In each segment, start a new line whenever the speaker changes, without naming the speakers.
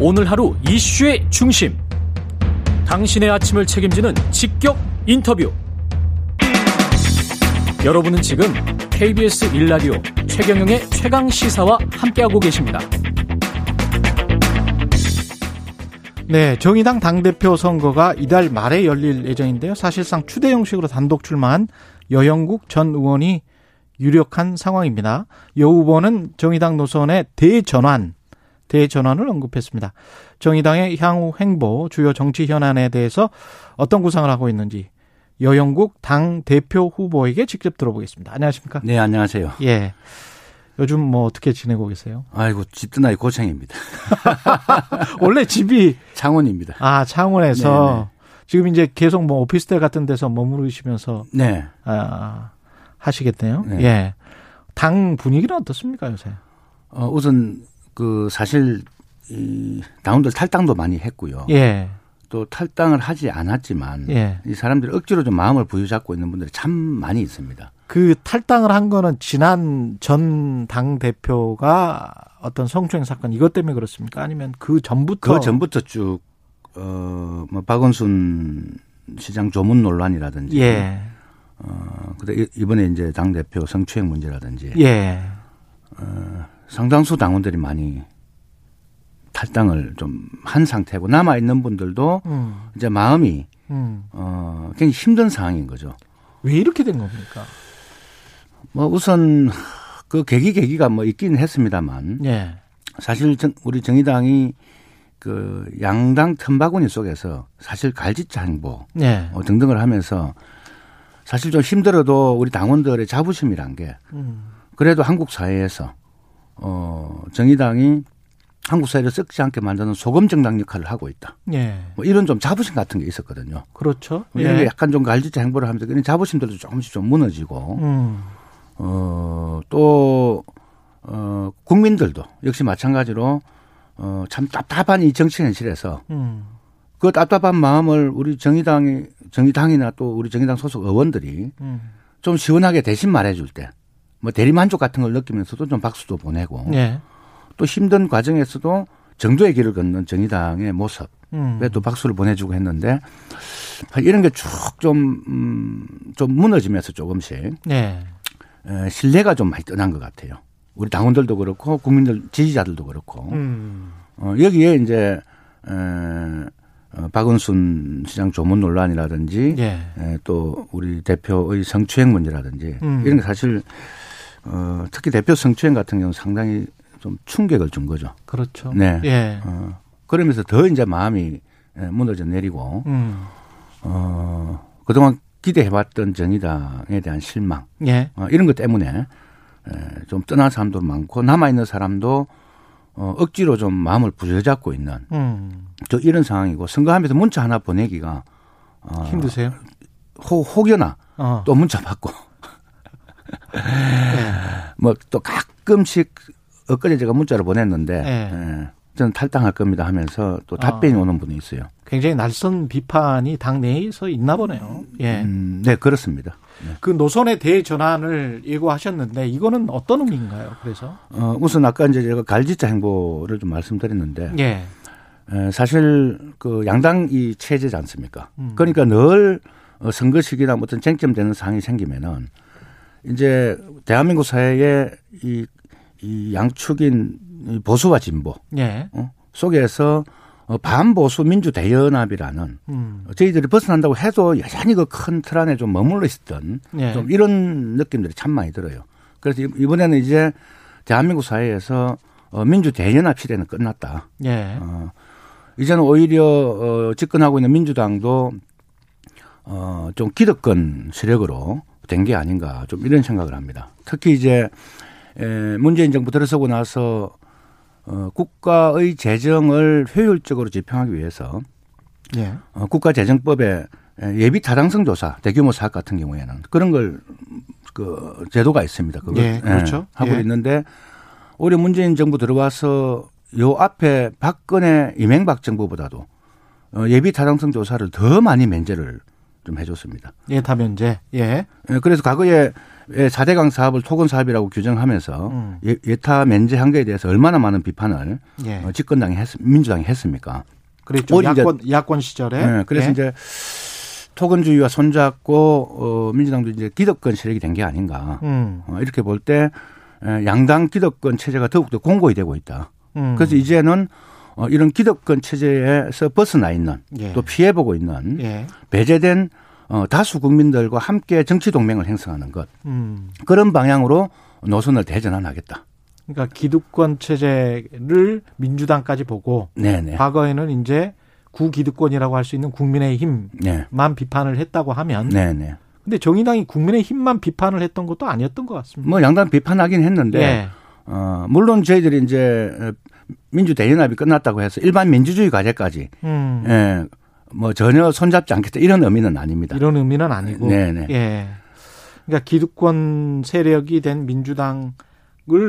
오늘 하루 이슈의 중심. 당신의 아침을 책임지는 직격 인터뷰. 여러분은 지금 KBS 일라디오 최경영의 최강 시사와 함께하고 계십니다.
네, 정의당 당대표 선거가 이달 말에 열릴 예정인데요. 사실상 추대 형식으로 단독 출마한 여영국 전 의원이 유력한 상황입니다. 여 후보는 정의당 노선의 대전환, 대전환을 언급했습니다. 정의당의 향후 행보, 주요 정치 현안에 대해서 어떤 구상을 하고 있는지 여영국 당대표 후보에게 직접 들어보겠습니다. 안녕하십니까?
네, 안녕하세요.
예. 요즘 뭐 어떻게 지내고 계세요?
아이고, 집 떠나기 고생입니다.
원래 집이
창원입니다.
아, 창원에서
네네.
지금 이제 계속 뭐 오피스텔 같은 데서 머무르시면서
네.
아, 하시겠네요.
네.
예. 당 분위기는 어떻습니까, 요새?
어, 우선, 그, 사실, 이, 당원들 탈당도 많이 했고요.
예.
또 탈당을 하지 않았지만,
예.
이 사람들이 억지로 좀 마음을 부여잡고 있는 분들이 참 많이 있습니다.
그 탈당을 한 거는 지난 전 당 대표가 어떤 성추행 사건 이것 때문에 그렇습니까? 아니면 그 전부터
그 전부터 쭉, 어, 뭐, 박원순 시장 조문 논란이라든지,
예.
어, 근데 이- 이번에 이제 당대표 성추행 문제라든지,
예.
상당수 당원들이 많이 탈당을 좀 한 상태고, 남아있는 분들도
음.
이제 마음이
음.
어, 굉장히 힘든 상황인 거죠.
왜 이렇게 된 겁니까?
뭐 우선 그 계기 계기가 뭐 있긴 했습니다만
예.
사실 정- 우리 정의당이 그 양당 틈바구니 속에서 사실 갈지장보
예.
어, 등등을 하면서 사실 좀 힘들어도 우리 당원들의 자부심이란 게
음.
그래도 한국 사회에서 어, 정의당이 한국 사회를 썩지 않게 만드는 소금 정당 역할을 하고 있다.
예.
뭐 이런 좀 자부심 같은 게 있었거든요.
그렇죠.
이런 게 약간 좀 갈지자 행보를 하면서 그런 자부심들도 조금씩 좀 무너지고
음.
어, 또, 어, 국민들도 역시 마찬가지로 어, 참 답답한 이 정치 현실에서
음.
그 답답한 마음을 우리 정의당이, 정의당이나 또 우리 정의당 소속 의원들이
음.
좀 시원하게 대신 말해줄 때, 뭐 대리만족 같은 걸 느끼면서도 좀 박수도 보내고
예.
또 힘든 과정에서도 정도의 길을 걷는 정의당의 모습,
음.
왜 또 박수를 보내주고 했는데 이런 게 쭉 좀, 음, 좀 무너지면서 조금씩
예.
에, 신뢰가 좀 많이 떠난 것 같아요. 우리 당원들도 그렇고 국민들 지지자들도 그렇고
음.
어, 여기에 이제 에, 어, 박은순 시장 조문 논란이라든지
예.
에, 또 우리 대표의 성추행 문제라든지
음.
이런 게 사실 어, 특히 대표 성추행 같은 경우 는 상당히 좀 충격을 준 거죠.
그렇죠.
네.
예.
어, 그러면서 더 이제 마음이 에, 무너져 내리고
음.
어, 그동안 기대해봤던 정의당에 대한 실망
예.
어, 이런 것 때문에 에, 좀 떠난 사람도 많고 남아 있는 사람도 어, 억지로 좀 마음을 부여잡고 있는
음.
저 이런 상황이고 선거하면서 문자 하나 보내기가 어,
힘드세요?
혹- 혹여나
어.
또 문자 받고
예.
뭐 또 가끔씩 엊그제 제가 문자를 보냈는데
네. 아.
에, 저는 탈당할 겁니다 하면서 또 답변이 오는 분이 있어요.
굉장히 날선 비판이 당내에서 있나 보네요. 예.
음, 네 그렇습니다. 네.
그 노선의 대전환을 예고하셨는데 이거는 어떤 의미인가요? 그래서
어, 우선 아까 이제 제가 갈지자 행보를 좀 말씀드렸는데
예.
에, 사실 그 양당 이 체제지 않습니까?
음.
그러니까 늘 어, 선거 시기나 뭐 어떤 쟁점되는 사항이 생기면은 이제 대한민국 사회의 이, 이 양축인 이 보수와 진보
예.
어? 속에서 어, 반보수 민주 대연합이라는
음.
어, 저희들이 벗어난다고 해도 여전히 그 큰 틀 안에 좀 머물러 있었던
예.
좀 이런 느낌들이 참 많이 들어요. 그래서 이- 이번에는 이제 대한민국 사회에서 어, 민주 대연합 시대는 끝났다.
예.
어, 이제는 오히려 어, 집권하고 있는 민주당도 어, 좀 기득권 세력으로 된 게 아닌가 좀 이런 생각을 합니다. 특히 이제 에, 문재인 정부 들어서고 나서 어, 국가의 재정을 효율적으로 집행하기 위해서
예.
어, 국가재정법에 예비 타당성 조사 대규모 사업 같은 경우에는 그런 걸 그 제도가 있습니다. 그걸
예, 그렇죠.
하고
예.
있는데 올해 문재인 정부 들어와서 요 앞에 박근혜 이명박 정부보다도 어, 예비 타당성 조사를 더 많이 면제를 좀 해줬습니다.
예. 다면제. 예.
예, 그래서 과거에 4대강 사업을 토건 사업이라고 규정하면서
음.
예- 예타 면제한 거에 대해서 얼마나 많은 비판을
예.
어, 집권당이 했, 민주당이 했습니까?
그랬죠.
머리 이제-
야권 야권 시절에.
예, 그래서
예.
이제 토건주의와 손잡고 어, 민주당도 이제 기득권 세력이 된 게 아닌가.
음.
어, 이렇게 볼 때 양당 기득권 체제가 더욱더 공고히 되고 있다.
음.
그래서 이제는 어, 이런 기득권 체제에서 벗어나 있는
예.
또 피해보고 있는
예.
배제된 어, 다수 국민들과 함께 정치 동맹을 행사하는 것
음.
그런 방향으로 노선을 대전환하겠다.
그러니까 기득권 체제를 민주당까지 보고
네네.
과거에는 이제 구기득권이라고 할 수 있는 국민의힘만
네.
비판을 했다고 하면
네네.
근데 정의당이 국민의힘만 비판을 했던 것도 아니었던 것 같습니다. 예.
뭐 양당 비판하긴 했는데
네.
어, 물론 저희들이 이제 민주대연합이 끝났다고 해서 일반 민주주의 과제까지
예. 음.
예, 뭐 전혀 손잡지 않겠다 이런 의미는 아닙니다.
이런 의미는 아니고.
네네.
예. 그러니까 기득권 세력이 된 민주당을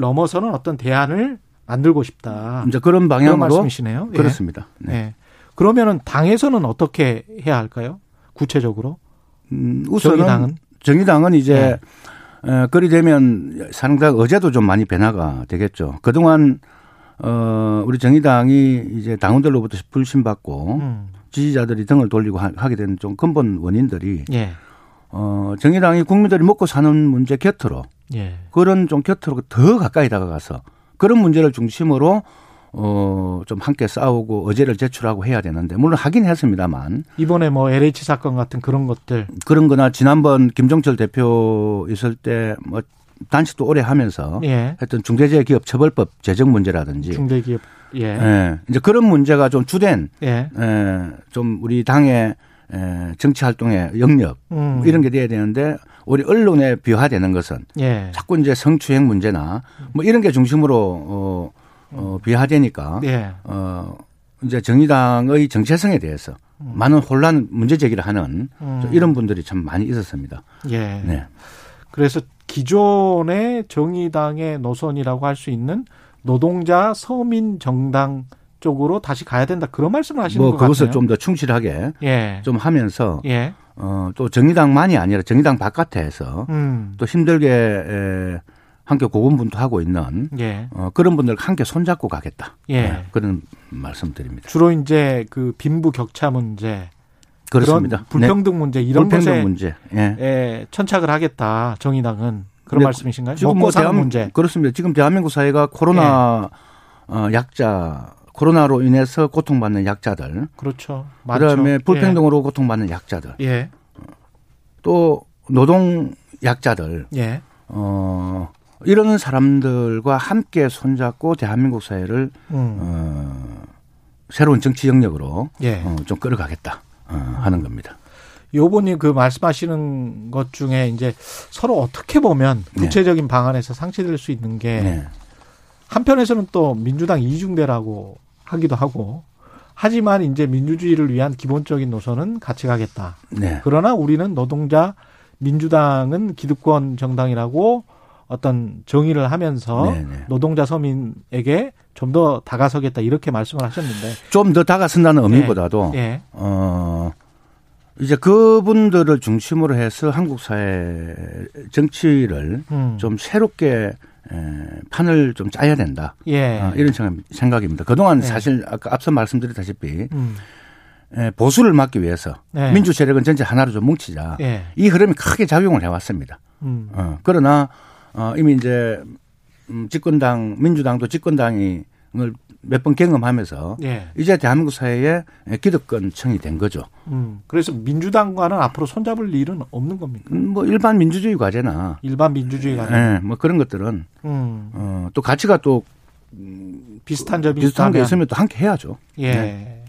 넘어서는 어떤 대안을 만들고 싶다.
이제 그런
그런
음, 방향으로
말씀이시네요. 예.
그렇습니다. 네.
예. 그러면은 당에서는 어떻게 해야 할까요? 구체적으로
음, 우선은
정의당은? 예.
정의당은, 이제 어, 그리 되면 상당 어제도 좀 많이 변화가 되겠죠. 그동안 어, 우리 정의당이 이제 당원들로부터 불신받고
음.
지지자들이 등을 돌리고 하- 하게 된 좀 근본 원인들이
예.
어, 정의당이 국민들이 먹고 사는 문제 곁으로
예.
그런 좀 곁으로 더 가까이 다가가서 그런 문제를 중심으로 어, 좀 함께 싸우고 어제를 제출하고 해야 되는데 물론 하긴 했습니다만
이번에 뭐 LH 사건 같은 그런 것들
그런 거나 지난번 김종철 대표 있을 때 뭐 단식도 오래 하면서
예.
했던 중대재해기업처벌법 제정 문제라든지
중대기업
예.
예.
이제 그런 문제가 좀 주된
예.
에, 좀 우리 당의 에, 정치 활동의 영역
음.
이런 게 돼야 되는데 우리 언론에 비화되는 것은
예.
자꾸 이제 성추행 문제나 뭐 이런 게 중심으로 어, 어 비화되니까
예.
어 이제 정의당의 정체성에 대해서
음.
많은 혼란 문제 제기를 하는 좀 이런 분들이 참 많이 있었습니다.
예.
네.
그래서 기존의 정의당의 노선이라고 할 수 있는 노동자 서민 정당 쪽으로 다시 가야 된다 그런 말씀을 하시는
뭐
것 같아요.
그것을 좀 더 충실하게
예,
좀 하면서
예,
어 또 정의당만이 아니라 정의당 바깥에서
음,
또 힘들게 에, 함께 고군분투하고 있는
예,
어 그런 분들과 함께 손잡고 가겠다.
예.
네, 그런 말씀드립니다.
주로 이제 그 빈부 격차 문제,
그렇습니다.
런 불평등 문제
네,
이런
불평등
것에
문제. 예.
예, 천착을 하겠다 정의당은 그런
네,
말씀이신가요? 먹고 사는
대한-
뭐 문제, 예.
그렇습니다. 지금 대한민국 사회가 코로나 어, 약자 코로나로 인해서 고통받는 약자들,
그렇죠. 많죠.
그다음에 불평등으로 고통받는 약자들,
예,
또 노동 약자들,
예, 예.
어 이러는 사람들과 함께 손잡고 대한민국 사회를
음,
어, 새로운 정치 영역으로
예.
어, 좀 끌어가겠다 어, 하는 겁니다.
요번이 그 말씀하시는 것 중에 이제 서로 어떻게 보면
네.
구체적인 방안에서 상쇄될 수 있는 게
네.
한편에서는 또 민주당 이중대라고 하기도 하고 하지만 이제 민주주의를 위한 기본적인 노선은 같이 가겠다.
네.
그러나 우리는 노동자 민주당은 기득권 정당이라고 어떤 정의를 하면서
네, 네.
노동자 서민에게 좀 더 다가서겠다 이렇게 말씀을 하셨는데
좀 더 다가선다는 의미보다도
예.
어, 이제 그분들을 중심으로 해서 한국 사회 정치를
음.
좀 새롭게 에, 판을 좀 짜야 된다.
예.
아, 이런 생각- 생각입니다. 그동안
네.
사실 아까 앞서 말씀드렸다시피
음.
에, 보수를 막기 위해서
네.
민주 세력은 전체 하나로 좀 뭉치자.
예.
이 흐름이 크게 작용을 해왔습니다.
음.
어, 그러나 어, 이미 이제 음, 집권당 민주당도 집권당이 몇 번 경험하면서
예.
이제 대한민국 사회에 기득권층이 된 거죠.
음, 그래서 민주당과는 앞으로 손잡을 일은 없는 겁니까?
음, 뭐 일반 민주주의 과제나
일반 민주주의가 아니라.
예, 뭐 그런 것들은
음,
어, 또 가치가 또
비슷한 점이
비슷한 게 네.
있다면.
있으면 또 함께 해야죠.
예.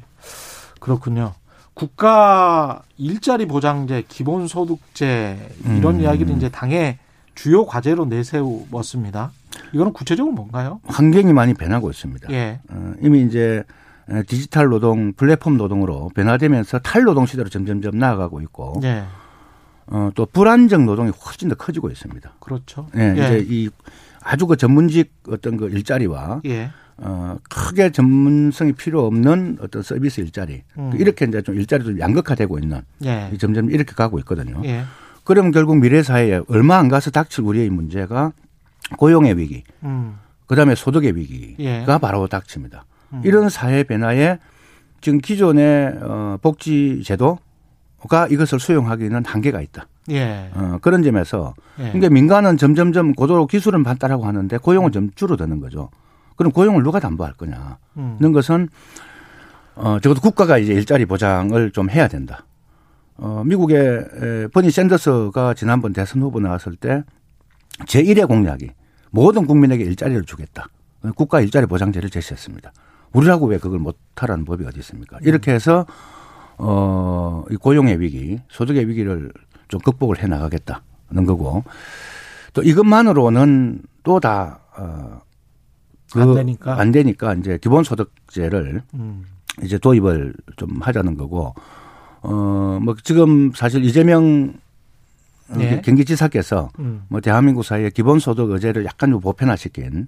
그렇군요. 국가 일자리 보장제, 기본소득제 이런
음.
이야기를 이제 당의 주요 과제로 내세웠습니다. 이거는 구체적으로 뭔가요?
환경이 많이 변하고 있습니다.
예.
어, 이미 이제 에, 디지털 노동, 플랫폼 노동으로 변화되면서 탈노동 시대로 점점점 나아가고 있고
예.
어, 또 불안정 노동이 훨씬 더 커지고 있습니다.
그렇죠.
예,
예.
이제 이 아주 그 전문직 어떤 그 일자리와
예.
어, 크게 전문성이 필요 없는 어떤 서비스 일자리
음.
이렇게 이제 좀 일자리도 양극화되고 있는
예.
이 점점 이렇게 가고 있거든요.
예.
그러면 결국 미래 사회에 얼마 안 가서 닥칠 우리의 문제가 고용의 위기,
음.
그다음에 소득의 위기가
예. 음.
바로 닥칩니다. 이런 사회 변화에 지금 기존의 어, 복지 제도가 이것을 수용하기는 한계가 있다.
예.
어, 그런 점에서
예.
근데 민간은 점점점 고도로 기술은 발달하고 하는데 고용은 좀 줄어드는 거죠. 그럼 고용을 누가 담보할 거냐?
음.
는 것은 어 적어도 국가가 이제 일자리 보장을 좀 해야 된다. 어 미국의 에, 버니 샌더스가 지난번 대선 후보 나왔을 때 제1의 공약이 모든 국민에게 일자리를 주겠다. 국가 일자리 보장제를 제시했습니다. 우리라고 왜 그걸 못하라는 법이 어디 있습니까? 이렇게 해서 어, 이 고용의 위기, 소득의 위기를 좀 극복을 해 나가겠다는 거고 또 이것만으로는 또 다 어,
안 되니까.
안 되니까 이제 기본소득제를
음.
이제 도입을 좀 하자는 거고 어 뭐 지금 사실 이재명
네.
경기지사께서
음.
뭐 대한민국 사회의 기본소득 의제를 약간 좀 보편화시킨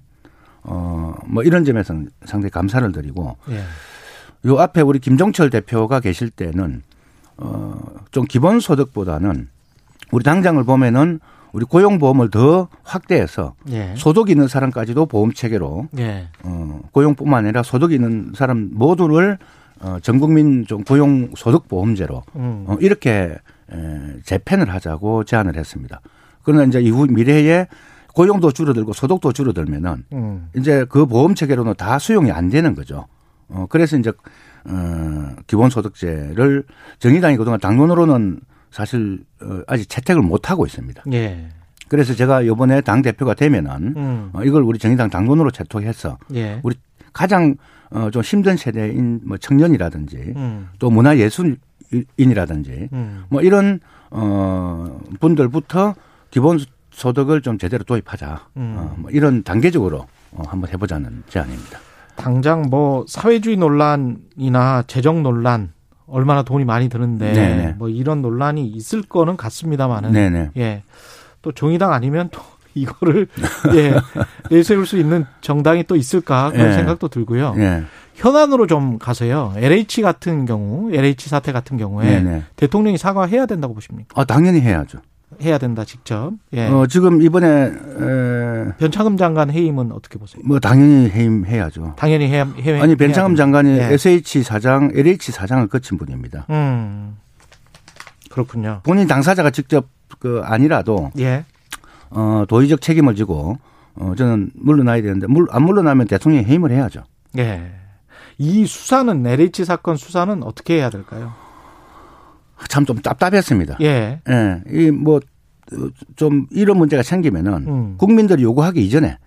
어 뭐 이런 점에서는 상당히 감사를 드리고
예.
요 앞에 우리 김종철 대표가 계실 때는 어 좀 기본소득보다는 우리 당장을 보면은 우리 고용보험을 더 확대해서
예.
소득 있는 사람까지도 보험 체계로
예.
어, 고용뿐만 아니라 소득 있는 사람 모두를 어, 전 국민 좀 고용 소득 보험제로
음.
어, 이렇게 에, 재편을 하자고 제안을 했습니다. 그러나 이제 이후 미래에 고용도 줄어들고 소득도 줄어들면은
음.
이제 그 보험 체계로는 다 수용이 안 되는 거죠. 어, 그래서 이제 어, 기본소득제를 정의당이 그동안 당론으로는 사실 어, 아직 채택을 못 하고 있습니다.
예.
그래서 제가 이번에 당 대표가 되면은
음.
어, 이걸 우리 정의당 당론으로 채택해서
예.
우리 가장 어, 좀 힘든 세대인 뭐 청년이라든지
음.
또 문화 예술인이라든지
음.
뭐 이런 어 분들부터 기본 소득을 좀 제대로 도입하자.
음.
어, 뭐 이런 단계적으로 어, 한번 해보자는 제안입니다.
당장 뭐 사회주의 논란이나 재정 논란 얼마나 돈이 많이 드는데
네네.
뭐 이런 논란이 있을 거는 같습니다만은
네네.
예. 또 정의당 아니면 또 이거를 예. 내세울 수 있는 정당이 또 있을까 그런
예.
생각도 들고요.
예.
현안으로 좀 가세요. LH 같은 경우, LH 사태 같은 경우에
네네.
대통령이 사과해야 된다고 보십니까?
아 당연히 해야죠.
해야 된다 직접. 예.
어 지금 이번에 에,
변창흠 장관 해임은 어떻게 보세요?
뭐 당연히 해임해야죠.
당연히 해야 해임.
아니 변창흠 장관이
예.
SH 사장, LH 사장을 거친 분입니다.
음. 그렇군요.
본인 당사자가 직접 그 아니라도
예.
어, 도의적 책임을 지고 어, 저는 물러나야 되는데 물, 안 물러나면 대통령이 해임을 해야죠.
예. 이 수사는 LH 사건 수사는 어떻게 해야 될까요?
참 좀 답답했습니다.
예.
예, 이뭐좀 이런 문제가 생기면은
음.
국민들이 요구하기 이전에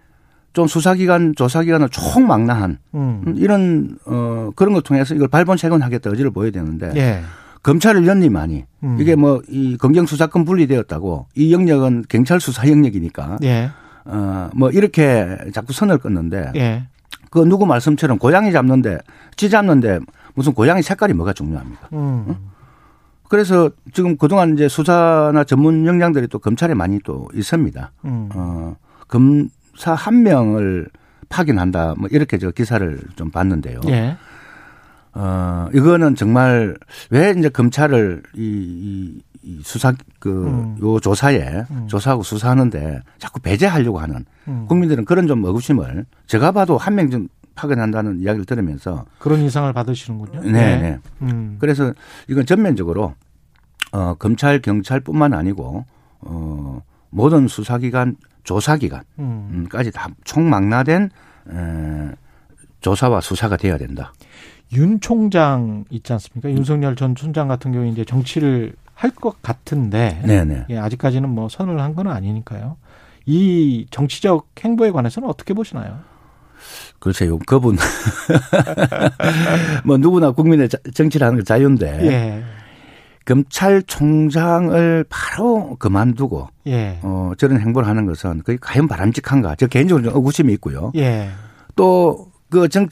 좀 수사기관, 조사기관을 총망라한
음.
음, 이런 어 그런 걸 통해서 이걸 발본색원하겠다 의지를 보여야 되는데
예.
검찰을 연림하니
음.
이게 뭐 이 검경 수사권 분리되었다고 이 영역은 경찰 수사 영역이니까
예.
어뭐 이렇게 자꾸 선을 끊는데
예.
그 누구 말씀처럼 고양이 잡는데 쥐 잡는데 무슨 고양이 색깔이 뭐가 중요합니까?
음.
그래서 지금 그동안 이제 수사나 전문 역량들이 또 검찰에 많이 또 있습니다.
음.
어, 검사 한 명을 파견한다 뭐 이렇게 저 기사를 좀 봤는데요.
예.
어, 이거는 정말 왜 이제 검찰을 이, 이, 이 수사 그
음.
요 조사에 조사하고 수사하는데 자꾸 배제하려고 하는
음.
국민들은 그런 좀 의구심을 제가 봐도 한 명 좀 파견한다는 이야기를 들으면서
그런 이상을 받으시는군요.
네, 네.
음.
그래서 이건 전면적으로 어, 검찰 경찰뿐만 아니고 어, 모든 수사기관 조사기관까지
음.
다 총망라된 에, 조사와 수사가 돼야 된다.
윤 총장 있지 않습니까? 윤석열 전 총장 같은 경우에 이제 정치를 할 것 같은데
네네.
예, 아직까지는 뭐 선을 한 건 아니니까요. 이 정치적 행보에 관해서는 어떻게 보시나요?
글쎄요, 그렇죠. 그분. 뭐 누구나 국민의 자- 정치를 하는 게 자유인데
예,
검찰총장을 바로 그만두고
예,
어, 저런 행보를 하는 것은 그게 과연 바람직한가. 저 개인적으로 좀 의구심이 있고요.
예,
또 그 정,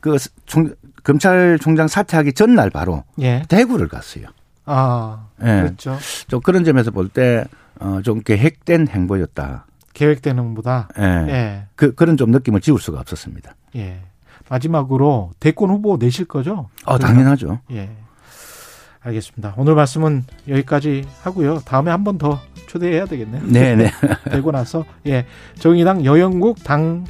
그 총, 검찰총장 사퇴하기 전날 바로
예.
대구를 갔어요.
아,
예.
그렇죠.
좀 그런 점에서 볼 때, 어, 좀 계획된 행보였다.
계획된 행보다.
예.
예,
그, 그런 좀 느낌을 지울 수가 없었습니다.
예. 마지막으로 대권 후보 내실 거죠?
아, 당연하죠.
예. 알겠습니다. 오늘 말씀은 여기까지 하고요. 다음에 한 번 더 초대해야 되겠네요.
네네.
되고 나서 예 정의당 여영국 당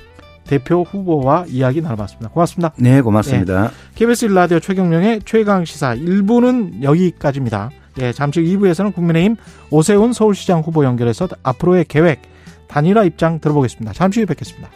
대표 후보와 이야기 나눠봤습니다. 고맙습니다.
네, 고맙습니다.
KBS 일라디오 최경령의 최강 시사 1부는 여기까지입니다. 예, 잠시 후 2부에서는 국민의힘 오세훈 서울시장 후보 연결해서 앞으로의 계획 단일화 입장 들어보겠습니다. 잠시 후에 뵙겠습니다.